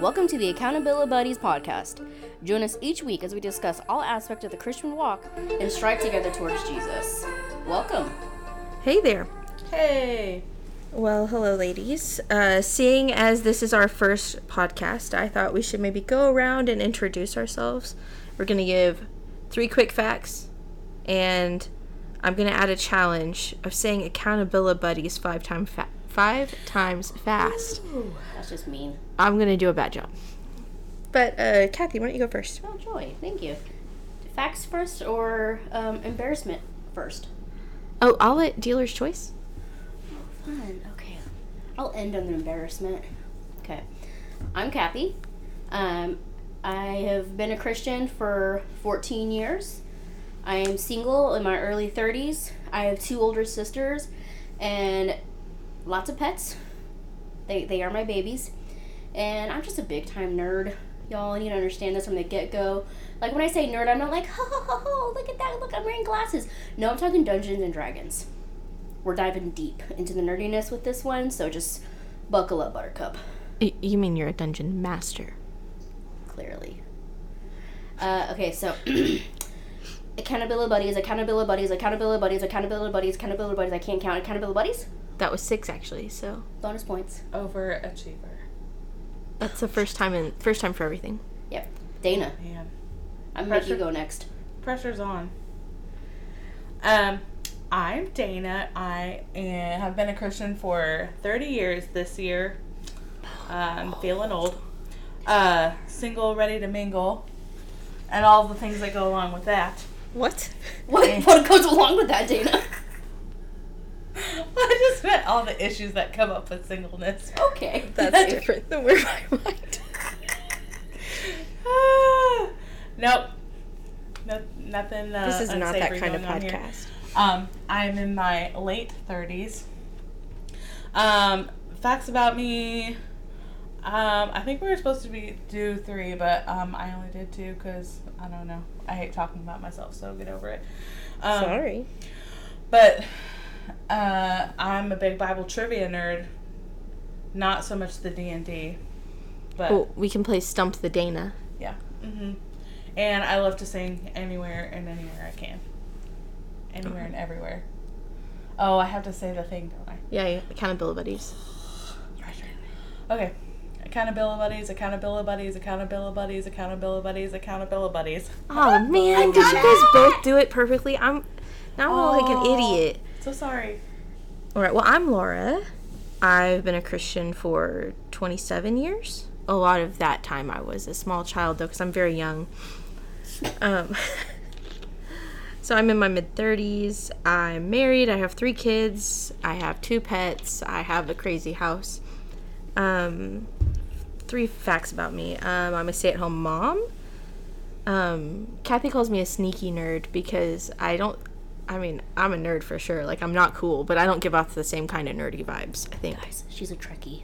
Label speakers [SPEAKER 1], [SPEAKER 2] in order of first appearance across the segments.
[SPEAKER 1] Welcome to the Accountability Buddies podcast. Join us each week as we discuss all aspects of the Christian walk and strive together towards Jesus. Welcome.
[SPEAKER 2] Hey there.
[SPEAKER 3] Hey.
[SPEAKER 2] Well, hello, ladies. Uh, seeing as this is our first podcast, I thought we should maybe go around and introduce ourselves. We're going to give three quick facts, and I'm going to add a challenge of saying accountability buddies five, time fa- five times fast.
[SPEAKER 1] That's just mean.
[SPEAKER 2] I'm going to do a bad job. But, uh, Kathy, why don't you go first?
[SPEAKER 1] Oh, joy. Thank you. Facts first or um, embarrassment first?
[SPEAKER 2] Oh, I'll let dealer's choice.
[SPEAKER 1] Fun. Okay. I'll end on an embarrassment. Okay. I'm Kathy. Um, I have been a Christian for 14 years. I am single in my early 30s. I have two older sisters and lots of pets. They, they are my babies. And I'm just a big time nerd. Y'all need to understand this from the get go. Like when I say nerd, I'm not like, ho ho ho ho, look at that, look, I'm wearing glasses. No, I'm talking Dungeons and Dragons we're diving deep into the nerdiness with this one, so just buckle up, Buttercup.
[SPEAKER 2] Y- you mean you're a dungeon master?
[SPEAKER 1] Clearly. Uh, okay, so accountability buddies, accountability buddies, accountability buddies, accountability buddies, accountability buddies. I can't count accountability buddies.
[SPEAKER 2] That was six, actually, so
[SPEAKER 1] Bonus points.
[SPEAKER 3] Overachiever.
[SPEAKER 2] that's the first time in first time for everything.
[SPEAKER 1] Yep. Dana,
[SPEAKER 3] Man.
[SPEAKER 1] I'm gonna make you
[SPEAKER 3] Pressure.
[SPEAKER 1] go next.
[SPEAKER 3] Pressure's on. Um, I'm Dana. I am, have been a Christian for 30 years this year. Uh, I'm feeling old. Uh, single, ready to mingle, and all the things that go along with that.
[SPEAKER 2] What?
[SPEAKER 1] What, what goes along with that, Dana?
[SPEAKER 3] I just meant all the issues that come up with singleness.
[SPEAKER 1] Okay.
[SPEAKER 2] That's different than where my mind.
[SPEAKER 3] Ah, nope. No, nothing. Uh,
[SPEAKER 2] This is not that
[SPEAKER 3] unsavory
[SPEAKER 2] kind of
[SPEAKER 3] going on here.
[SPEAKER 2] podcast.
[SPEAKER 3] Um, I'm in my late 30s. Um, facts about me. Um, I think we were supposed to be do three, but um, I only did two because I don't know. I hate talking about myself, so get over it. Um,
[SPEAKER 2] Sorry.
[SPEAKER 3] But uh, I'm a big Bible trivia nerd. Not so much the D and D, but
[SPEAKER 2] Well, we can play Stump the Dana.
[SPEAKER 3] yeah. hmm And I love to sing anywhere and anywhere I can. Anywhere and everywhere. Oh, I have to say the thing, don't I?
[SPEAKER 2] Yeah, yeah, accountability buddies.
[SPEAKER 3] Okay. Accountability buddies, accountability buddies, accountability buddies, accountability buddies, accountability buddies.
[SPEAKER 2] Oh man, did you guys both do it perfectly? I'm now I'm like an
[SPEAKER 3] Aw.
[SPEAKER 2] idiot.
[SPEAKER 3] So sorry.
[SPEAKER 2] All right. Well, I'm Laura. I've been a Christian for 27 years. A lot of that time I was a small child though, because I'm very young. Um, so I'm in my mid 30s. I'm married. I have three kids. I have two pets. I have a crazy house. Um, three facts about me. Um, I'm a stay-at-home mom. Um, Kathy calls me a sneaky nerd because I don't. I mean, I'm a nerd for sure. Like, I'm not cool, but I don't give off the same kind of nerdy vibes. I think
[SPEAKER 1] She's a Trekkie.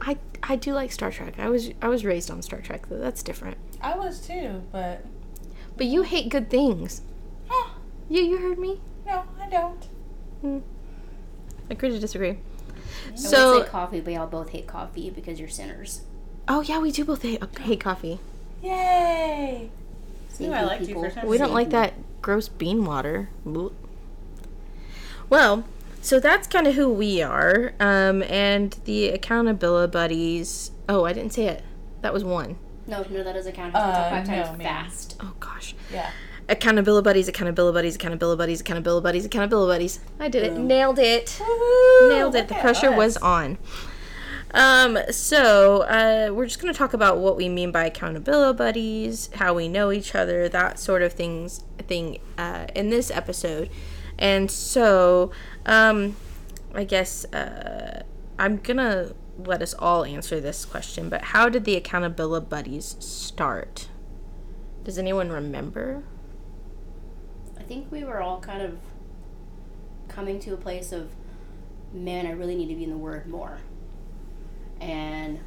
[SPEAKER 2] I I do like Star Trek. I was I was raised on Star Trek though. That's different.
[SPEAKER 3] I was too, but
[SPEAKER 2] But you hate good things.
[SPEAKER 3] huh,
[SPEAKER 2] You you heard me.
[SPEAKER 3] no, I don't.
[SPEAKER 2] Agree to disagree.
[SPEAKER 1] I would
[SPEAKER 2] So
[SPEAKER 1] say coffee, but y'all both hate coffee because you're sinners.
[SPEAKER 2] oh yeah, we do both hate, hate coffee.
[SPEAKER 3] Yay. Ooh, I
[SPEAKER 1] Sneaky
[SPEAKER 3] liked you
[SPEAKER 1] people.
[SPEAKER 3] for some
[SPEAKER 2] We don't like that gross bean water. Blech. Well, so that's kind of who we are. Um, and the accountability buddies. Oh, I didn't say it. That was one.
[SPEAKER 1] No, no, that doesn't count.
[SPEAKER 3] Uh,
[SPEAKER 1] five
[SPEAKER 3] no,
[SPEAKER 1] times
[SPEAKER 3] ma'am.
[SPEAKER 1] fast.
[SPEAKER 2] Oh gosh.
[SPEAKER 3] Yeah.
[SPEAKER 2] Accountability buddies, accountability buddies, accountability buddies, accountability buddies, accountability buddies. I did it. Nailed it. Nailed it. The pressure was on. Um, so uh, we're just going to talk about what we mean by accountability buddies, how we know each other, that sort of things thing uh, in this episode. And so um, I guess uh, I'm going to let us all answer this question, but how did the accountability buddies start? Does anyone remember?
[SPEAKER 1] I think we were all kind of coming to a place of, man, I really need to be in the Word more. And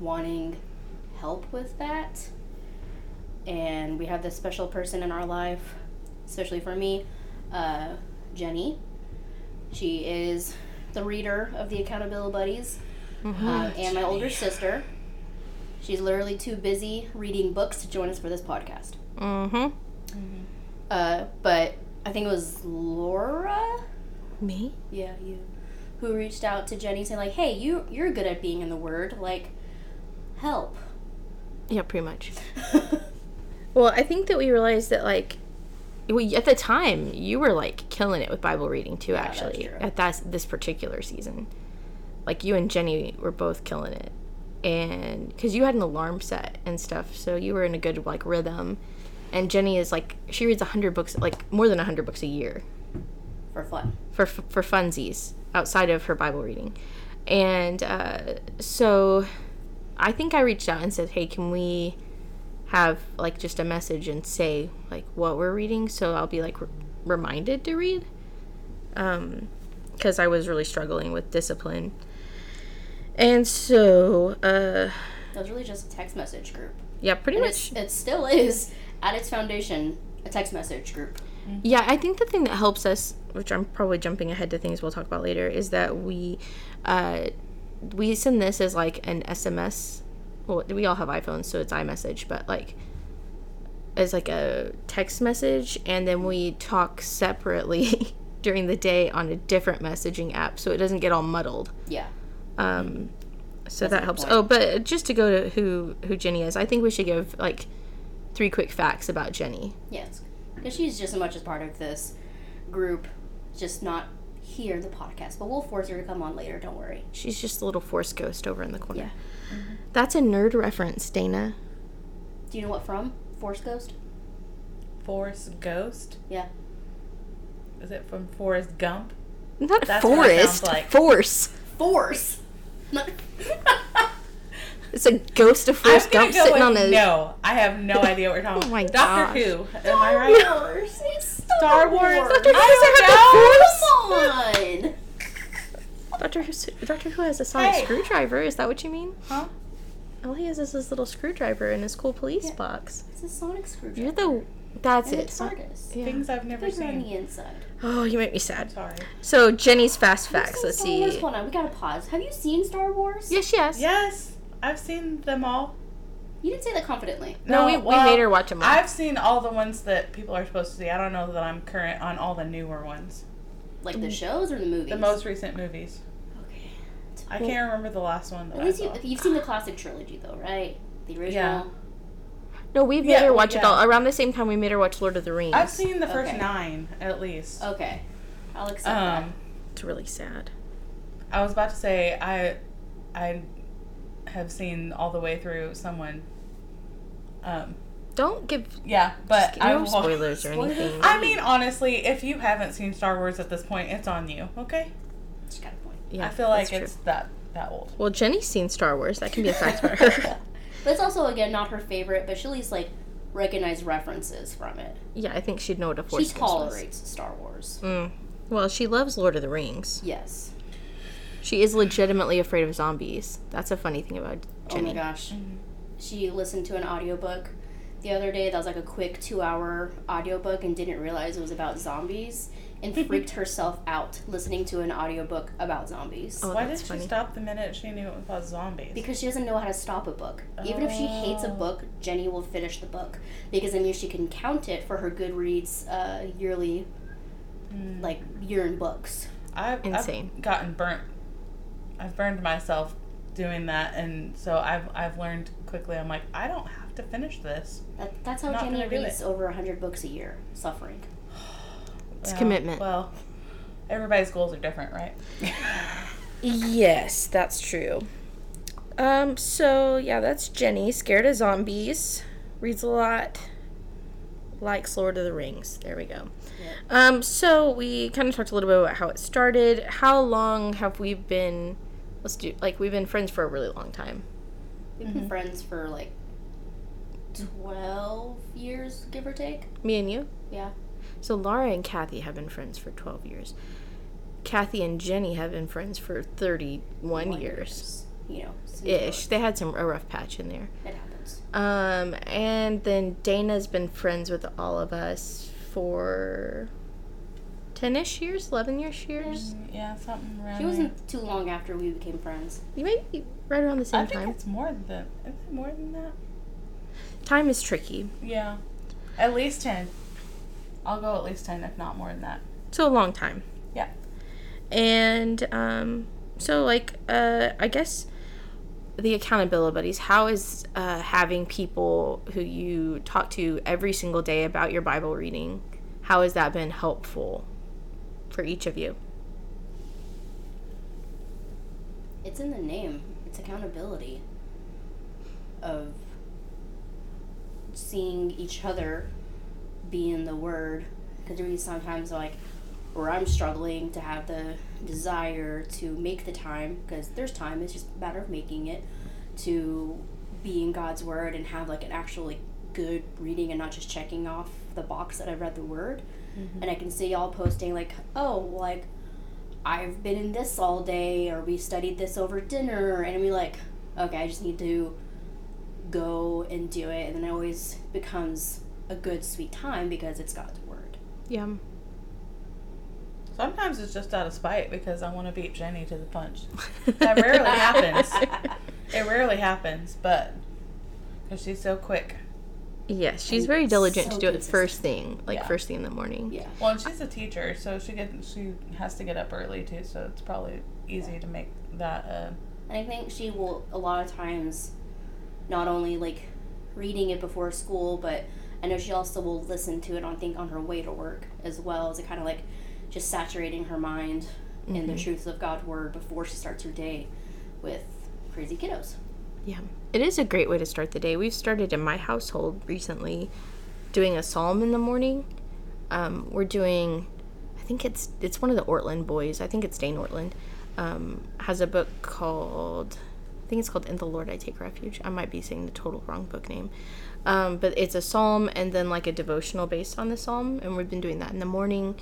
[SPEAKER 1] wanting help with that. And we have this special person in our life, especially for me, uh, Jenny. She is the reader of the Accountability Buddies uh, and my older sister. She's literally too busy reading books to join us for this podcast.
[SPEAKER 2] Mm-hmm.
[SPEAKER 1] Uh, but I think it was Laura.
[SPEAKER 2] Me?
[SPEAKER 1] Yeah, you. Who reached out to Jenny saying like, "Hey, you you're good at being in the word. Like, help."
[SPEAKER 2] Yeah, pretty much. Well, I think that we realized that like we at the time you were like killing it with Bible reading too.
[SPEAKER 1] that's
[SPEAKER 2] actually,
[SPEAKER 1] true.
[SPEAKER 2] at that this particular season, like you and Jenny were both killing it, and because you had an alarm set and stuff, so you were in a good like rhythm. And Jenny is like she reads hundred books, like more than hundred books a year
[SPEAKER 1] for fun.
[SPEAKER 2] for for funsies outside of her Bible reading, and uh, so I think I reached out and said, "Hey, can we have like just a message and say like what we're reading?" So I'll be like re- reminded to read, because I was really struggling with discipline, and so uh,
[SPEAKER 1] That was really just a text message group.
[SPEAKER 2] yeah, pretty
[SPEAKER 1] And it's,
[SPEAKER 2] much
[SPEAKER 1] it still is at its foundation a text message group.
[SPEAKER 2] Yeah, I think the thing that helps us, which I'm probably jumping ahead to things we'll talk about later, is that we uh, we send this as like an SMS. Well, we all have iPhones, so it's iMessage, but like as like a text message, and then we talk separately during the day on a different messaging app, so it doesn't get all muddled.
[SPEAKER 1] Yeah.
[SPEAKER 2] Um,
[SPEAKER 1] That's
[SPEAKER 2] so
[SPEAKER 1] a
[SPEAKER 2] that
[SPEAKER 1] good
[SPEAKER 2] helps.
[SPEAKER 1] point.
[SPEAKER 2] Oh, but just to go to who who Jenny is, I think we should give like three quick facts about Jenny.
[SPEAKER 1] Yes. Because she's just as much as part of this group, just not here in the podcast. But we'll force her to come on later, don't worry.
[SPEAKER 2] She's just a little force ghost over in the corner. That's a nerd reference, Dana.
[SPEAKER 1] Do you know what from? Force Ghost?
[SPEAKER 3] Forrest Ghost?
[SPEAKER 1] Yeah.
[SPEAKER 3] Is it from Forrest Gump?
[SPEAKER 2] Not
[SPEAKER 3] That's what it sounds
[SPEAKER 2] forest.
[SPEAKER 3] like.
[SPEAKER 2] Force.
[SPEAKER 1] Force! Not-
[SPEAKER 2] It's a ghost of Forrest
[SPEAKER 3] I'm gonna
[SPEAKER 2] Gump
[SPEAKER 3] go
[SPEAKER 2] sitting
[SPEAKER 3] with
[SPEAKER 2] on a.
[SPEAKER 3] No, I have no idea what we're talking about.
[SPEAKER 2] Oh my
[SPEAKER 3] Doctor
[SPEAKER 2] gosh.
[SPEAKER 3] Who. Am I right?
[SPEAKER 1] It's
[SPEAKER 3] Star Wars.
[SPEAKER 2] Doctor Who doesn't have
[SPEAKER 1] Come
[SPEAKER 2] the force.
[SPEAKER 1] on!
[SPEAKER 2] Doctor Who, Doctor Who has a sonic
[SPEAKER 3] Hey.
[SPEAKER 2] screwdriver. Is that what you mean?
[SPEAKER 3] Huh?
[SPEAKER 2] All he has is his little screwdriver in his cool police box.
[SPEAKER 1] It's a sonic screwdriver.
[SPEAKER 2] You're the. That's
[SPEAKER 1] and
[SPEAKER 2] it.
[SPEAKER 1] it's
[SPEAKER 2] So-
[SPEAKER 1] hardest.
[SPEAKER 2] yeah.
[SPEAKER 3] Things I've never
[SPEAKER 1] Bigger on
[SPEAKER 3] seen.
[SPEAKER 1] the inside.
[SPEAKER 2] Oh, you make me sad.
[SPEAKER 3] Sorry.
[SPEAKER 2] So Jenny's fast
[SPEAKER 1] Have you
[SPEAKER 2] facts.
[SPEAKER 1] seen
[SPEAKER 2] Let's
[SPEAKER 1] Star Wars?
[SPEAKER 2] see.
[SPEAKER 1] Hold on, we gotta pause. Have you seen Star Wars?
[SPEAKER 2] Yes, yes.
[SPEAKER 3] Yes, I've seen them all.
[SPEAKER 1] You didn't say that confidently.
[SPEAKER 2] No, we, we
[SPEAKER 3] well,
[SPEAKER 2] made her watch them all.
[SPEAKER 3] I've seen all the ones that people are supposed to see. I don't know that I'm current on all the newer ones.
[SPEAKER 1] Like
[SPEAKER 2] Mm.
[SPEAKER 1] the shows or the movies?
[SPEAKER 3] The most recent movies.
[SPEAKER 1] Okay.
[SPEAKER 3] I can't remember the last one that
[SPEAKER 1] At
[SPEAKER 3] I
[SPEAKER 1] least you,
[SPEAKER 3] saw.
[SPEAKER 1] you've seen the classic trilogy, though, right? The original.
[SPEAKER 3] Yeah.
[SPEAKER 2] no, we made
[SPEAKER 3] Yeah,
[SPEAKER 2] her
[SPEAKER 3] well,
[SPEAKER 2] watch it
[SPEAKER 3] yeah.
[SPEAKER 2] all around the same time we made her watch Lord of the Rings.
[SPEAKER 3] I've seen the first
[SPEAKER 1] Okay.
[SPEAKER 3] nine at
[SPEAKER 2] Oh,
[SPEAKER 3] least.
[SPEAKER 1] Okay. I'll accept that.
[SPEAKER 3] Um,
[SPEAKER 2] It's really sad.
[SPEAKER 3] I was about to say I, I have seen all the way through someone. Um,
[SPEAKER 2] Don't give
[SPEAKER 3] yeah, but I
[SPEAKER 2] no
[SPEAKER 3] will-
[SPEAKER 2] spoilers or
[SPEAKER 1] Spoilers?
[SPEAKER 2] anything.
[SPEAKER 3] I mean, honestly, if you haven't seen Star Wars at this point, it's on you. Okay,
[SPEAKER 1] She's got a point.
[SPEAKER 2] Yeah,
[SPEAKER 3] I feel
[SPEAKER 2] that's
[SPEAKER 3] like
[SPEAKER 2] true.
[SPEAKER 3] it's that that old.
[SPEAKER 2] Well, Jenny's seen Star Wars. That can be a fact about her.
[SPEAKER 1] But it's also, again, not her favorite, but she'll at least, like, recognize references from it.
[SPEAKER 2] yeah, I think she'd know what a
[SPEAKER 1] She
[SPEAKER 2] force ghost was.
[SPEAKER 1] tolerates Star Wars.
[SPEAKER 2] Mm. Well, she loves Lord of the Rings.
[SPEAKER 1] Yes.
[SPEAKER 2] She is legitimately afraid of zombies. That's a funny thing about Jenny.
[SPEAKER 1] Oh my gosh. She listened to an audiobook the other day that was like a quick two hour audiobook and didn't realize it was about zombies and freaked herself out listening to an audiobook about zombies.
[SPEAKER 2] Oh,
[SPEAKER 3] Why did
[SPEAKER 2] that's
[SPEAKER 3] she
[SPEAKER 2] funny.
[SPEAKER 3] stop the minute she knew it was about zombies?
[SPEAKER 1] Because she doesn't know how to stop a book. Even if she hates a
[SPEAKER 3] Oh.
[SPEAKER 1] book, Jenny will finish the book because then she can count it for her Goodreads uh, yearly, like year in books.
[SPEAKER 3] Hmm. I've,
[SPEAKER 2] Insane.
[SPEAKER 3] I've gotten burnt. I've burned myself doing that, and so I've I've learned quickly. I'm like, I don't have to finish this.
[SPEAKER 1] That, that's how
[SPEAKER 3] Not
[SPEAKER 1] Jenny
[SPEAKER 3] gonna do
[SPEAKER 1] reads over hundred books a year, suffering.
[SPEAKER 2] It's
[SPEAKER 3] Well,
[SPEAKER 2] commitment.
[SPEAKER 3] Well, everybody's goals are different, right?
[SPEAKER 2] Yes, that's true. Um, so yeah, that's Jenny, scared of zombies, reads a lot, likes Lord of the Rings. There we go. Um, so we kind of talked a little bit about how it started. How long have we been? Let's do like we've been friends for a really long time.
[SPEAKER 1] We've
[SPEAKER 3] Mm-hmm.
[SPEAKER 1] been friends for like twelve years, give or take.
[SPEAKER 2] Me and you.
[SPEAKER 1] Yeah.
[SPEAKER 2] So Laura and Kathy have been friends for twelve years. Kathy and Jenny have been friends for thirty-one years
[SPEAKER 1] You know, since
[SPEAKER 2] ish. They had some a rough patch in there.
[SPEAKER 1] It happens.
[SPEAKER 2] Um, and then Dana's been friends with all of us for 10 ish years, 11 ish years.
[SPEAKER 3] Yeah, something around.
[SPEAKER 1] It wasn't too long after we became friends.
[SPEAKER 2] You Maybe right around the same
[SPEAKER 3] I think
[SPEAKER 2] time.
[SPEAKER 3] it's more than. Is it more than that?
[SPEAKER 2] Time is tricky.
[SPEAKER 3] Yeah. At least 10. I'll go at least 10, if not more than that.
[SPEAKER 2] So a long time.
[SPEAKER 3] Yeah.
[SPEAKER 2] And um, so like uh, I guess the accountability buddies. How is uh, having people who you talk to every single day about your Bible reading? How has that been helpful for each of you?
[SPEAKER 1] It's in the name. It's accountability of seeing each other be in the word. Because there be sometimes like where I'm struggling to have the desire to make the time because there's time. It's just a matter of making it to be in God's word and have like an actually good reading and not just checking off the box that I read the word. And I can see y'all posting like, oh, like I've been in this all day, or we studied this over dinner, and we like, okay, I just need to go and do it, and then it always becomes a good sweet time because it's God's word.
[SPEAKER 2] Yeah.
[SPEAKER 3] Sometimes it's just out of spite because I want to beat Jenny to the punch. That rarely happens. It rarely happens, but because she's so quick.
[SPEAKER 2] Yes, she's
[SPEAKER 1] And
[SPEAKER 2] very diligent
[SPEAKER 1] so
[SPEAKER 2] to do it
[SPEAKER 1] consistent.
[SPEAKER 2] first thing, like
[SPEAKER 3] Yeah.
[SPEAKER 2] first thing in the morning.
[SPEAKER 1] Yeah,
[SPEAKER 3] Well, and she's a teacher, so she gets she has to get up early too. So it's probably easy to make that. Uh,
[SPEAKER 1] and I think she will a lot of times, not only like reading it before school, but I know she also will listen to it on think on her way to work as well as it kind of like just saturating her mind in the truths of God's word before she starts her day with crazy kiddos.
[SPEAKER 2] Yeah. It is a great way to start the day. We've started in my household recently doing a psalm in the morning. Um, we're doing, I think it's it's one of the Ortland boys. I think it's Dane Ortland. Um, has a book called, I think it's called In the Lord I Take Refuge. I might be saying the total wrong book name. Um, but it's a psalm and then like a devotional based on the psalm. And we've been doing that in the morning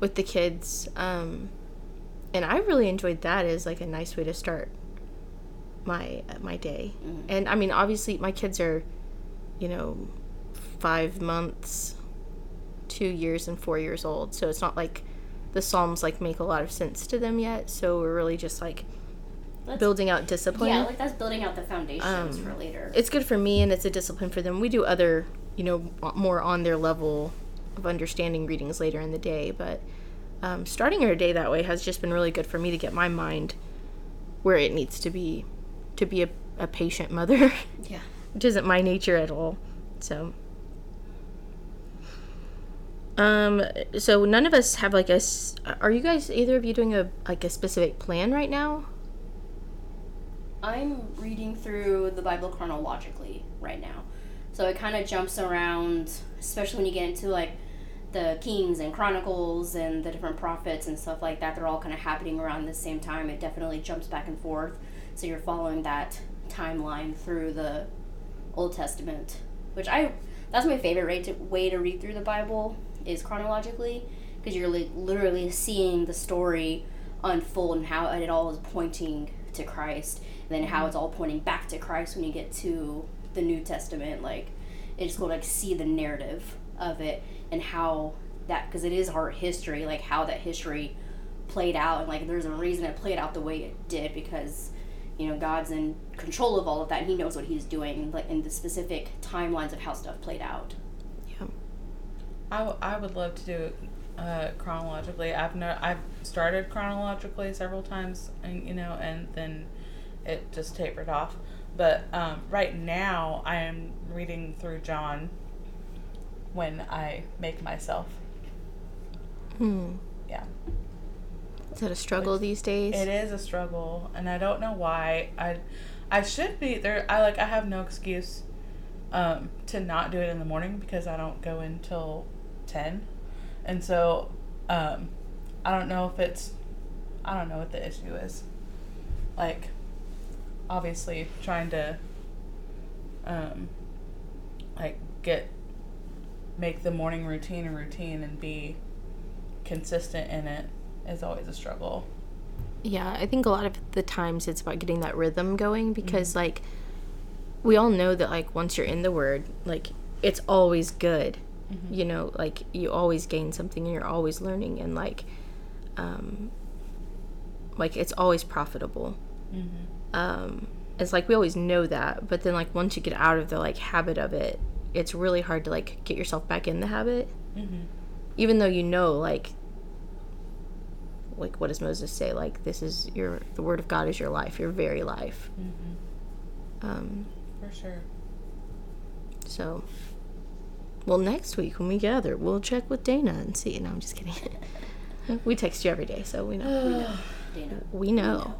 [SPEAKER 2] with the kids. Um, and I really enjoyed that as like a nice way to start my my day. And I mean, obviously, my kids are, you know, five months, two years, and four years old. So it's not like the psalms like make a lot of sense to them yet. So we're really just like
[SPEAKER 1] That's
[SPEAKER 2] building out discipline. Um,
[SPEAKER 1] Yeah, like that's building out the foundations for later.
[SPEAKER 2] it's good for me, and it's a discipline for them. We do other, you know, more on their level of understanding readings later in the day, but. Um, starting our day that way has just been really good for me to get my mind where it needs to be to be a, a patient mother
[SPEAKER 1] yeah.
[SPEAKER 2] which isn't my nature at all. So, um, so none of us have like a. s- Are you guys either of you doing a like a specific plan right now?
[SPEAKER 1] I'm reading through the Bible chronologically right now. So it kind of jumps around, especially when you get into like the Kings and Chronicles and the different prophets and stuff like that. They're all kind of happening around the same time. It definitely jumps back and forth. So you're following that timeline through the Old Testament, which I that's my favorite way to, way to read through the Bible is chronologically because you're li- literally seeing the story unfold and how it all is pointing to Christ, and then how it's all pointing back to Christ when you get to the New Testament. Like it's cool to like see the narrative of it and how that because it is art history, like how that history played out and like there's a reason it played out the way it did because you know god's in control of all of that and he knows what he's doing like in the specific timelines of how stuff played out
[SPEAKER 3] I, w- I would love to do it uh, chronologically. I've no I've started chronologically several times, and you know, and then it just tapered off. But um, right now, I am reading through John when I make myself.
[SPEAKER 2] Hmm.
[SPEAKER 3] Yeah,
[SPEAKER 2] Is that a struggle these days?
[SPEAKER 3] it is a struggle, and I don't know why. I I should be there. I like I have no excuse um, to not do it in the morning because I don't go until ten, and so um, I don't know if it's I don't know what the issue is. Like, obviously trying to um, like get make the morning routine a routine and be consistent in it is always a struggle.
[SPEAKER 2] Yeah, I think a lot of the times it's about getting that rhythm going because like we all know that like once you're in the word, like it's always good. You know, like you always gain something and you're always learning and like
[SPEAKER 3] Mm-hmm.
[SPEAKER 2] um like it's always profitable. Um it's like we always know that, but then like once you get out of the like habit of it, it's really hard to like get yourself back in the habit.
[SPEAKER 3] Mhm.
[SPEAKER 2] Even though you know like like what does Moses say? Like this is your the word of God is your life, your very life.
[SPEAKER 3] Mhm.
[SPEAKER 2] Um
[SPEAKER 3] For sure.
[SPEAKER 2] so well next week when we gather, we'll check with Dana and see. No, I'm just kidding. we text you every day, so we know.
[SPEAKER 1] Dana.
[SPEAKER 2] We know.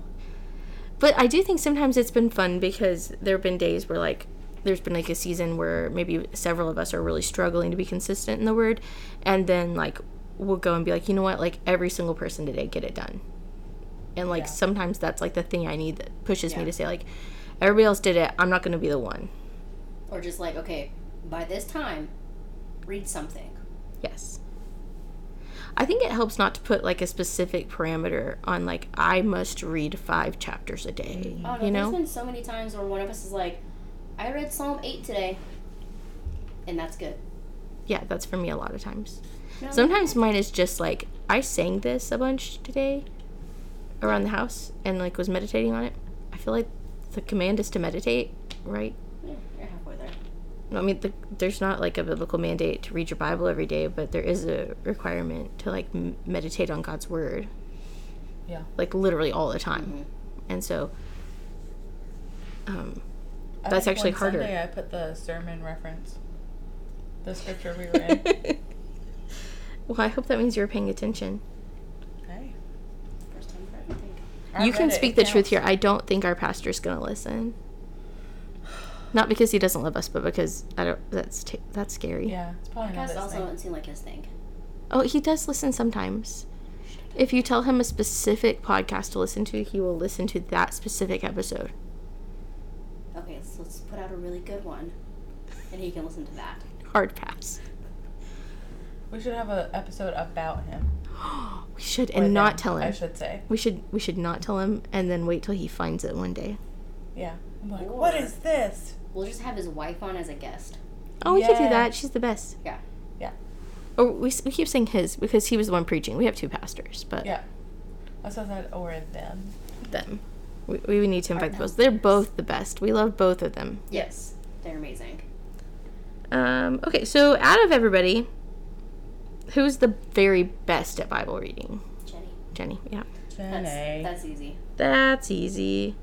[SPEAKER 2] But I do think sometimes it's been fun because there have been days where, like, there's been like a season where maybe several of us are really struggling to be consistent in the word. And then, like, we'll go and be like, you know what? Like, every single person today, get it done. And, like,
[SPEAKER 3] Yeah.
[SPEAKER 2] sometimes that's like the thing I need that pushes
[SPEAKER 1] Yeah.
[SPEAKER 2] me to say, like, everybody else did it. I'm not going to be the one.
[SPEAKER 1] Or just like, okay, by this time, read something.
[SPEAKER 2] Yes. I think it helps not to put like a specific parameter on like I must read five chapters a day.
[SPEAKER 1] Oh no,
[SPEAKER 2] you know,
[SPEAKER 1] there's been so many times where one of us is like, I read Psalm eight today. And that's good.
[SPEAKER 2] yeah, that's for me a lot of times.
[SPEAKER 1] No,
[SPEAKER 2] Sometimes mine is just like I sang this a bunch today around the house and like was meditating on it. I feel like the command is to meditate, right?
[SPEAKER 1] yeah, you're halfway there.
[SPEAKER 2] I mean, the, there's not like a biblical mandate to read your Bible every day, but there is a requirement to like m- meditate on God's word.
[SPEAKER 3] Yeah.
[SPEAKER 2] Like literally all the time.
[SPEAKER 1] Mhm.
[SPEAKER 3] Mm-hmm.
[SPEAKER 2] And so um
[SPEAKER 3] I
[SPEAKER 2] That's
[SPEAKER 3] think
[SPEAKER 2] actually
[SPEAKER 3] one
[SPEAKER 2] harder.
[SPEAKER 3] Sunday I put the sermon reference, the scripture we read.
[SPEAKER 2] well, I hope that means you're paying attention.
[SPEAKER 3] hey,
[SPEAKER 1] First time for everything.
[SPEAKER 3] I
[SPEAKER 2] you
[SPEAKER 3] read
[SPEAKER 2] can
[SPEAKER 3] it,
[SPEAKER 2] speak
[SPEAKER 3] it
[SPEAKER 2] the truth
[SPEAKER 3] counts.
[SPEAKER 2] here. I don't think our pastor's going to listen. Not because he doesn't love us, but because I don't. That's t- that's scary.
[SPEAKER 3] Yeah, it's probably not
[SPEAKER 1] Podcast
[SPEAKER 3] his
[SPEAKER 1] also
[SPEAKER 3] thing.
[SPEAKER 1] doesn't seem like his thing.
[SPEAKER 2] Oh, he does listen sometimes. If you tell him a specific podcast to listen to, he will listen to that specific episode.
[SPEAKER 1] Okay, so let's put out a really good one, and he can listen to that.
[SPEAKER 2] Hard pass.
[SPEAKER 3] We should have an episode about him.
[SPEAKER 2] We should
[SPEAKER 3] Or
[SPEAKER 2] and not
[SPEAKER 3] them,
[SPEAKER 2] tell
[SPEAKER 3] I
[SPEAKER 2] him.
[SPEAKER 3] should say.
[SPEAKER 2] We should we should not tell him and then wait till he finds it one day.
[SPEAKER 3] Yeah. I'm like,
[SPEAKER 1] Or-
[SPEAKER 3] what is this?
[SPEAKER 1] We'll just have his wife on as a guest.
[SPEAKER 2] Oh, we could do
[SPEAKER 3] Yeah.
[SPEAKER 2] that. She's the best.
[SPEAKER 1] Yeah.
[SPEAKER 3] Yeah.
[SPEAKER 2] Or we, s- we keep saying his because he was the one preaching. We have two pastors, but
[SPEAKER 3] Yeah. I said that or them.
[SPEAKER 2] them. We, we would need to invite
[SPEAKER 1] Our
[SPEAKER 2] those. They're both the best. We love both of them.
[SPEAKER 1] Yes, they're amazing.
[SPEAKER 2] Um, okay, so out of everybody, who's the very best at Bible reading?
[SPEAKER 1] Jenny,
[SPEAKER 2] Jenny. Yeah.
[SPEAKER 1] that's
[SPEAKER 3] Jenny.
[SPEAKER 1] that's easy.
[SPEAKER 2] That's easy.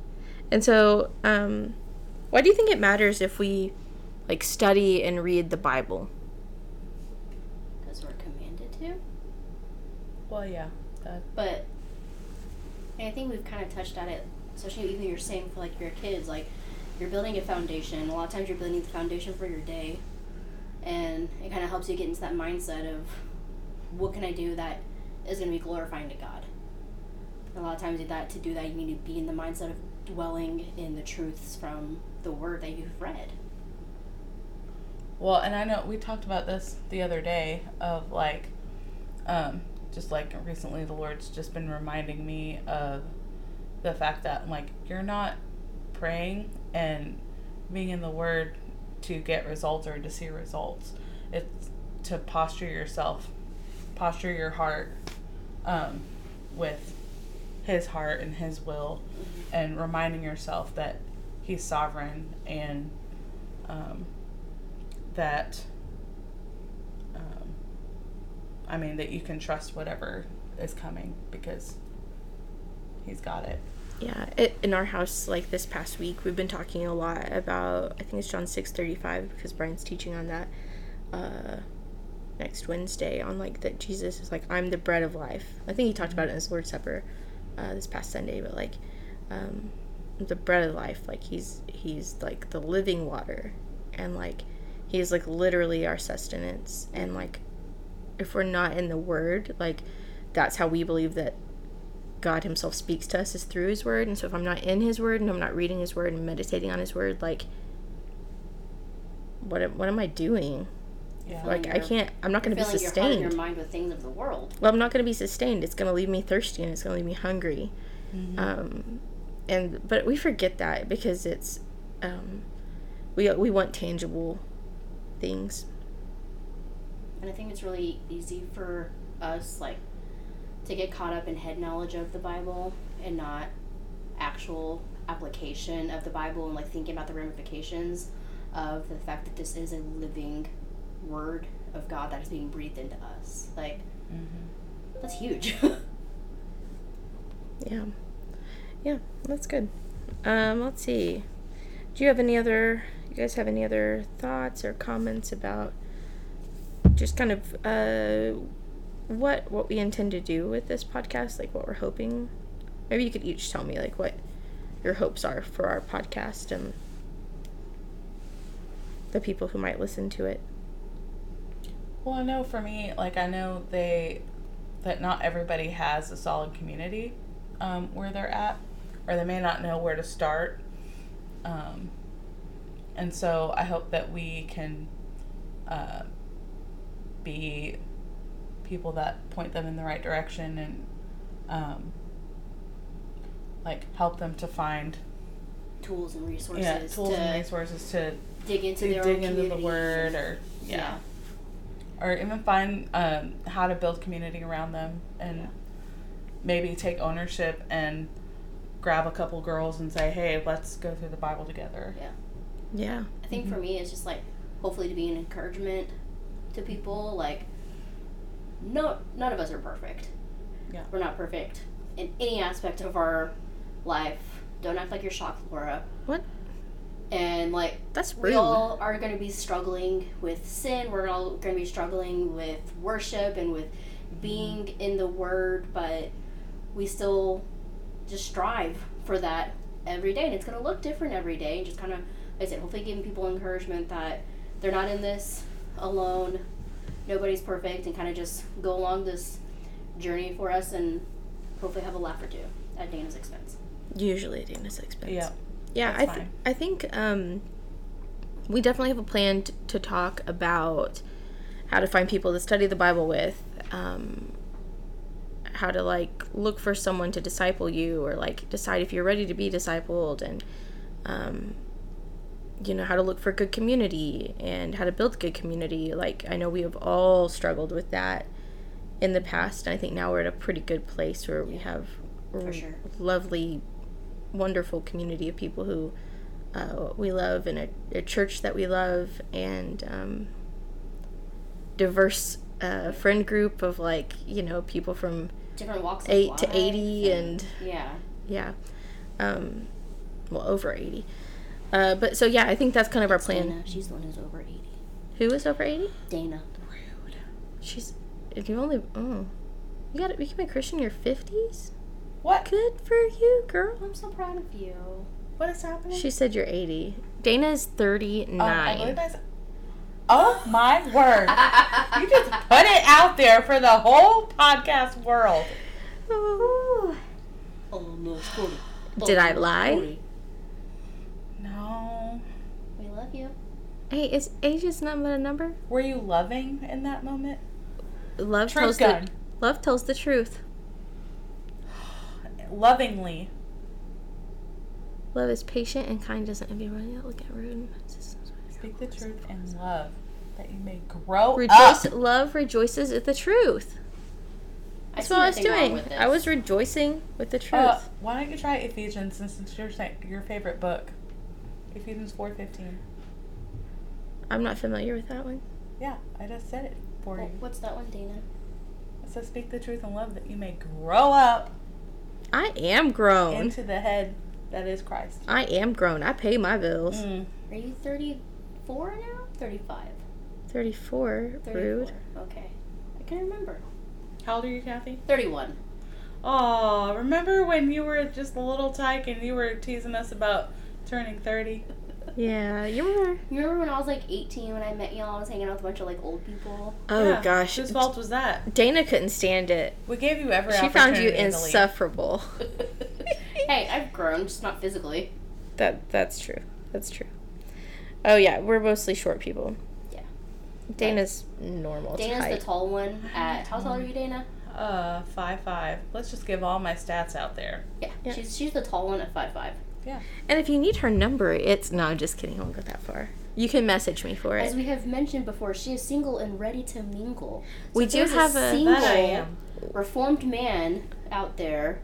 [SPEAKER 2] And so, um, why do you think it matters if we like study and read the Bible?
[SPEAKER 1] because we're commanded to.
[SPEAKER 3] well, yeah. That,
[SPEAKER 1] But and I think we've kind of touched on it, especially even you're saying for like your kids, like you're building a foundation. A lot of times you're building the foundation for your day, and it kind of helps you get into that mindset of what can I do that is going to be glorifying to God. And a lot of times that to do that you need to be in the mindset of dwelling in the truths from the word that you've read.
[SPEAKER 3] well, and I know we talked about this the other day of like, um, just like recently the Lord's just been reminding me of the fact that like you're not praying and being in the Word to get results or to see results. It's to posture yourself, posture your heart um, with His heart and His will, and reminding yourself that He's sovereign and um, that. Um, I mean that you can trust whatever is coming because he's got it.
[SPEAKER 2] Yeah, it, in our house, like this past week, we've been talking a lot about. I think it's John six thirty five because Brian's teaching on that uh, next Wednesday on like that Jesus is like I'm the bread of life. I think he talked about it in his Lord's Supper uh, this past Sunday, but like um, the bread of life, like he's he's like the living water, and like he is like literally our sustenance, and like if we're not in the Word, like that's how we believe that God Himself speaks to us is through His Word. And so if I'm not in His Word and I'm not reading His Word and meditating on His Word, like, what am, what am I doing?
[SPEAKER 3] Yeah.
[SPEAKER 1] Like,
[SPEAKER 2] Like, I
[SPEAKER 1] you're-
[SPEAKER 2] can't, I'm not going to be
[SPEAKER 1] Filling your heart and your
[SPEAKER 2] sustained.
[SPEAKER 1] mind with things of the world.
[SPEAKER 2] Well, I'm not going to be sustained. It's going to leave me thirsty and it's going to leave me hungry.
[SPEAKER 1] Mm-hmm.
[SPEAKER 2] Um, and, but we forget that because it's, um, we, we want tangible things.
[SPEAKER 1] And I think it's really easy for us, like, to get caught up in head knowledge of the Bible and not actual application of the Bible and like thinking about the ramifications of the fact that this is a living word of God that is being breathed into us. Like
[SPEAKER 3] Mm-hmm.
[SPEAKER 1] that's huge.
[SPEAKER 2] Yeah. Yeah, that's good. Um, let's see. Do you have any other you guys have any other thoughts or comments about just kind of uh what what we intend to do with this podcast, like what we're hoping? Maybe you could each tell me like what your hopes are for our podcast and the people who might listen to it.
[SPEAKER 3] Well, I know for me, like I know they that not everybody has a solid community um, where they're at, or they may not know where to start. Um, and so I hope that we can uh, be people that point them in the right direction and um, like help them to find
[SPEAKER 1] tools and resources
[SPEAKER 3] yeah, tools
[SPEAKER 1] to
[SPEAKER 3] and resources to
[SPEAKER 1] dig into
[SPEAKER 3] to
[SPEAKER 1] their
[SPEAKER 3] dig
[SPEAKER 1] own
[SPEAKER 3] into the
[SPEAKER 1] communities.
[SPEAKER 3] word or yeah, or even find um, how to build community around them and
[SPEAKER 1] Yeah.
[SPEAKER 3] maybe take ownership and grab a couple girls and say hey let's go through the bible together
[SPEAKER 1] Yeah.
[SPEAKER 2] Yeah.
[SPEAKER 1] I think for me, it's just like hopefully to be an encouragement to people. Like, no, none of us are perfect.
[SPEAKER 3] Yeah.
[SPEAKER 1] We're not perfect in any aspect of our life. Don't act like you're shocked, Laura.
[SPEAKER 2] What?
[SPEAKER 1] And like,
[SPEAKER 2] That's
[SPEAKER 1] we
[SPEAKER 2] rude.
[SPEAKER 1] all are going to be struggling with sin. We're all going to be struggling with worship and with being in the Word, but we still just strive for that every day. And it's going to look different every day. And just kind of, like I said, hopefully giving people encouragement that they're not in this alone. Nobody's perfect, and kind of just go along this journey for us and hopefully have a laugh or two at Dana's expense.
[SPEAKER 2] Usually at Dana's expense.
[SPEAKER 3] yeah
[SPEAKER 2] Yeah,
[SPEAKER 3] That's
[SPEAKER 2] I, th-
[SPEAKER 3] fine.
[SPEAKER 2] I think um, we definitely have a plan t- to talk about how to find people to study the Bible with, um, how to like look for someone to disciple you, or like decide if you're ready to be discipled, and um, you know how to look for good community and how to build good community. Like I know we have all struggled with that in the past, and I think now we're at a pretty good place where we have r-
[SPEAKER 1] sure.
[SPEAKER 2] lovely wonderful community of people who uh, we love and a, a church that we love and um, diverse uh, friend group of like you know people from
[SPEAKER 1] Different walks of
[SPEAKER 2] 8
[SPEAKER 1] life
[SPEAKER 2] to 80 and
[SPEAKER 1] yeah.
[SPEAKER 2] yeah um, well over 80 uh, but so yeah i think that's kind of our plan
[SPEAKER 1] Dana, she's the one who's over 80.
[SPEAKER 2] who is over 80
[SPEAKER 1] Dana.
[SPEAKER 2] she's if you only oh you got to became a christian in your 50s
[SPEAKER 3] what
[SPEAKER 2] good for you girl
[SPEAKER 1] I'm so proud of you.
[SPEAKER 3] what is happening
[SPEAKER 2] she said you're 80 dana is 39
[SPEAKER 3] Um, I believe I s- oh my word you just put it out there for the whole podcast world
[SPEAKER 2] Oh.
[SPEAKER 1] Almost 40.
[SPEAKER 2] Did I lie?
[SPEAKER 1] 40.
[SPEAKER 3] no
[SPEAKER 1] We love you.
[SPEAKER 2] Hey, is age is not a number?
[SPEAKER 3] were you loving in that moment
[SPEAKER 2] Love tells
[SPEAKER 3] truth gun
[SPEAKER 2] the love tells the truth.
[SPEAKER 3] lovingly
[SPEAKER 2] Love is patient and kind, doesn't envy, run out, look at rude.
[SPEAKER 3] speak the truth in love that you may grow
[SPEAKER 2] Rejoice,
[SPEAKER 3] up
[SPEAKER 2] love rejoices at the truth. That's
[SPEAKER 1] see
[SPEAKER 2] what I was
[SPEAKER 1] nothing wrong
[SPEAKER 2] doing.
[SPEAKER 1] with this.
[SPEAKER 2] I was rejoicing with the truth.
[SPEAKER 3] Uh, why don't you try Ephesians since it's your sa- your favorite book? Ephesians four fifteen.
[SPEAKER 2] I'm not familiar with that one.
[SPEAKER 3] Yeah, I just said it for
[SPEAKER 1] Well,
[SPEAKER 3] you.
[SPEAKER 1] What's that one, Dana?
[SPEAKER 3] It says, "Speak the truth in love, that you may grow up
[SPEAKER 2] I am grown.
[SPEAKER 3] into the head that is Christ."
[SPEAKER 2] I am grown. I pay my bills.
[SPEAKER 3] Mm.
[SPEAKER 1] Are you 34 now? 35.
[SPEAKER 2] 34.
[SPEAKER 1] 34.
[SPEAKER 2] Rude.
[SPEAKER 1] Okay. I can remember.
[SPEAKER 3] How old are you, Kathy?
[SPEAKER 1] 31.
[SPEAKER 3] Oh, remember when you were just a little tyke and you were teasing us about turning thirty?
[SPEAKER 2] Yeah, you are.
[SPEAKER 1] You remember when I was like 18 when I met y'all? I was hanging out with a bunch of like old people.
[SPEAKER 2] Oh
[SPEAKER 3] Yeah,
[SPEAKER 2] gosh.
[SPEAKER 3] whose fault was that?
[SPEAKER 2] Dana couldn't stand it.
[SPEAKER 3] We gave you every.
[SPEAKER 2] she found you
[SPEAKER 3] opportunity to leave.
[SPEAKER 2] insufferable.
[SPEAKER 1] Hey, I've grown, just not physically.
[SPEAKER 2] That that's true. That's true. Oh yeah, we're mostly short people.
[SPEAKER 1] Yeah.
[SPEAKER 2] Dana's normal
[SPEAKER 1] Dana's
[SPEAKER 2] height.
[SPEAKER 1] the tall one at. How tall are you, Dana?
[SPEAKER 3] Uh, five five. Let's just give all my stats out there.
[SPEAKER 1] Yeah.
[SPEAKER 2] Yeah.
[SPEAKER 1] She's, she's the tall one at 5'5.
[SPEAKER 2] and if you need her number, it's no. I'm just kidding. I won't go that far. You can message me for
[SPEAKER 1] As
[SPEAKER 2] it.
[SPEAKER 1] we have mentioned before, she is single and ready to mingle. So
[SPEAKER 2] We
[SPEAKER 1] if
[SPEAKER 2] do
[SPEAKER 1] there's
[SPEAKER 2] have a-
[SPEAKER 1] single
[SPEAKER 3] That I am.
[SPEAKER 1] reformed man out there.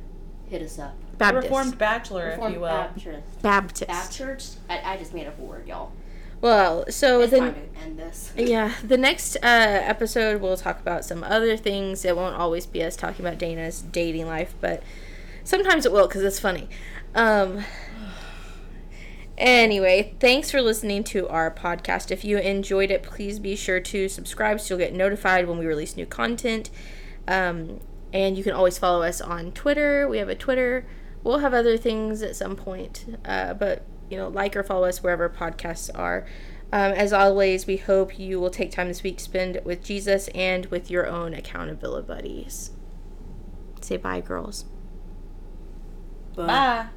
[SPEAKER 1] Hit us up.
[SPEAKER 2] Baptist.
[SPEAKER 3] Reformed bachelor, if you will.
[SPEAKER 1] Baptist.
[SPEAKER 2] Baptist.
[SPEAKER 1] Baptist. I, I just made up a word, y'all.
[SPEAKER 2] Well, so
[SPEAKER 1] It's
[SPEAKER 2] then.
[SPEAKER 1] time to end this.
[SPEAKER 2] Yeah, the next uh, episode we'll talk about some other things. It won't always be us talking about Dana's dating life, but sometimes it will because it's funny. Um, anyway, thanks for listening to our podcast. If you enjoyed it, please be sure to subscribe so you'll get notified when we release new content. Um, and you can always follow us on Twitter. We have a Twitter. We'll have other things at some point, uh, but you know, like or follow us wherever podcasts are. Um, as always, we hope you will take time this week to spend with Jesus and with your own accountability buddies. Say bye, girls.
[SPEAKER 3] Bye.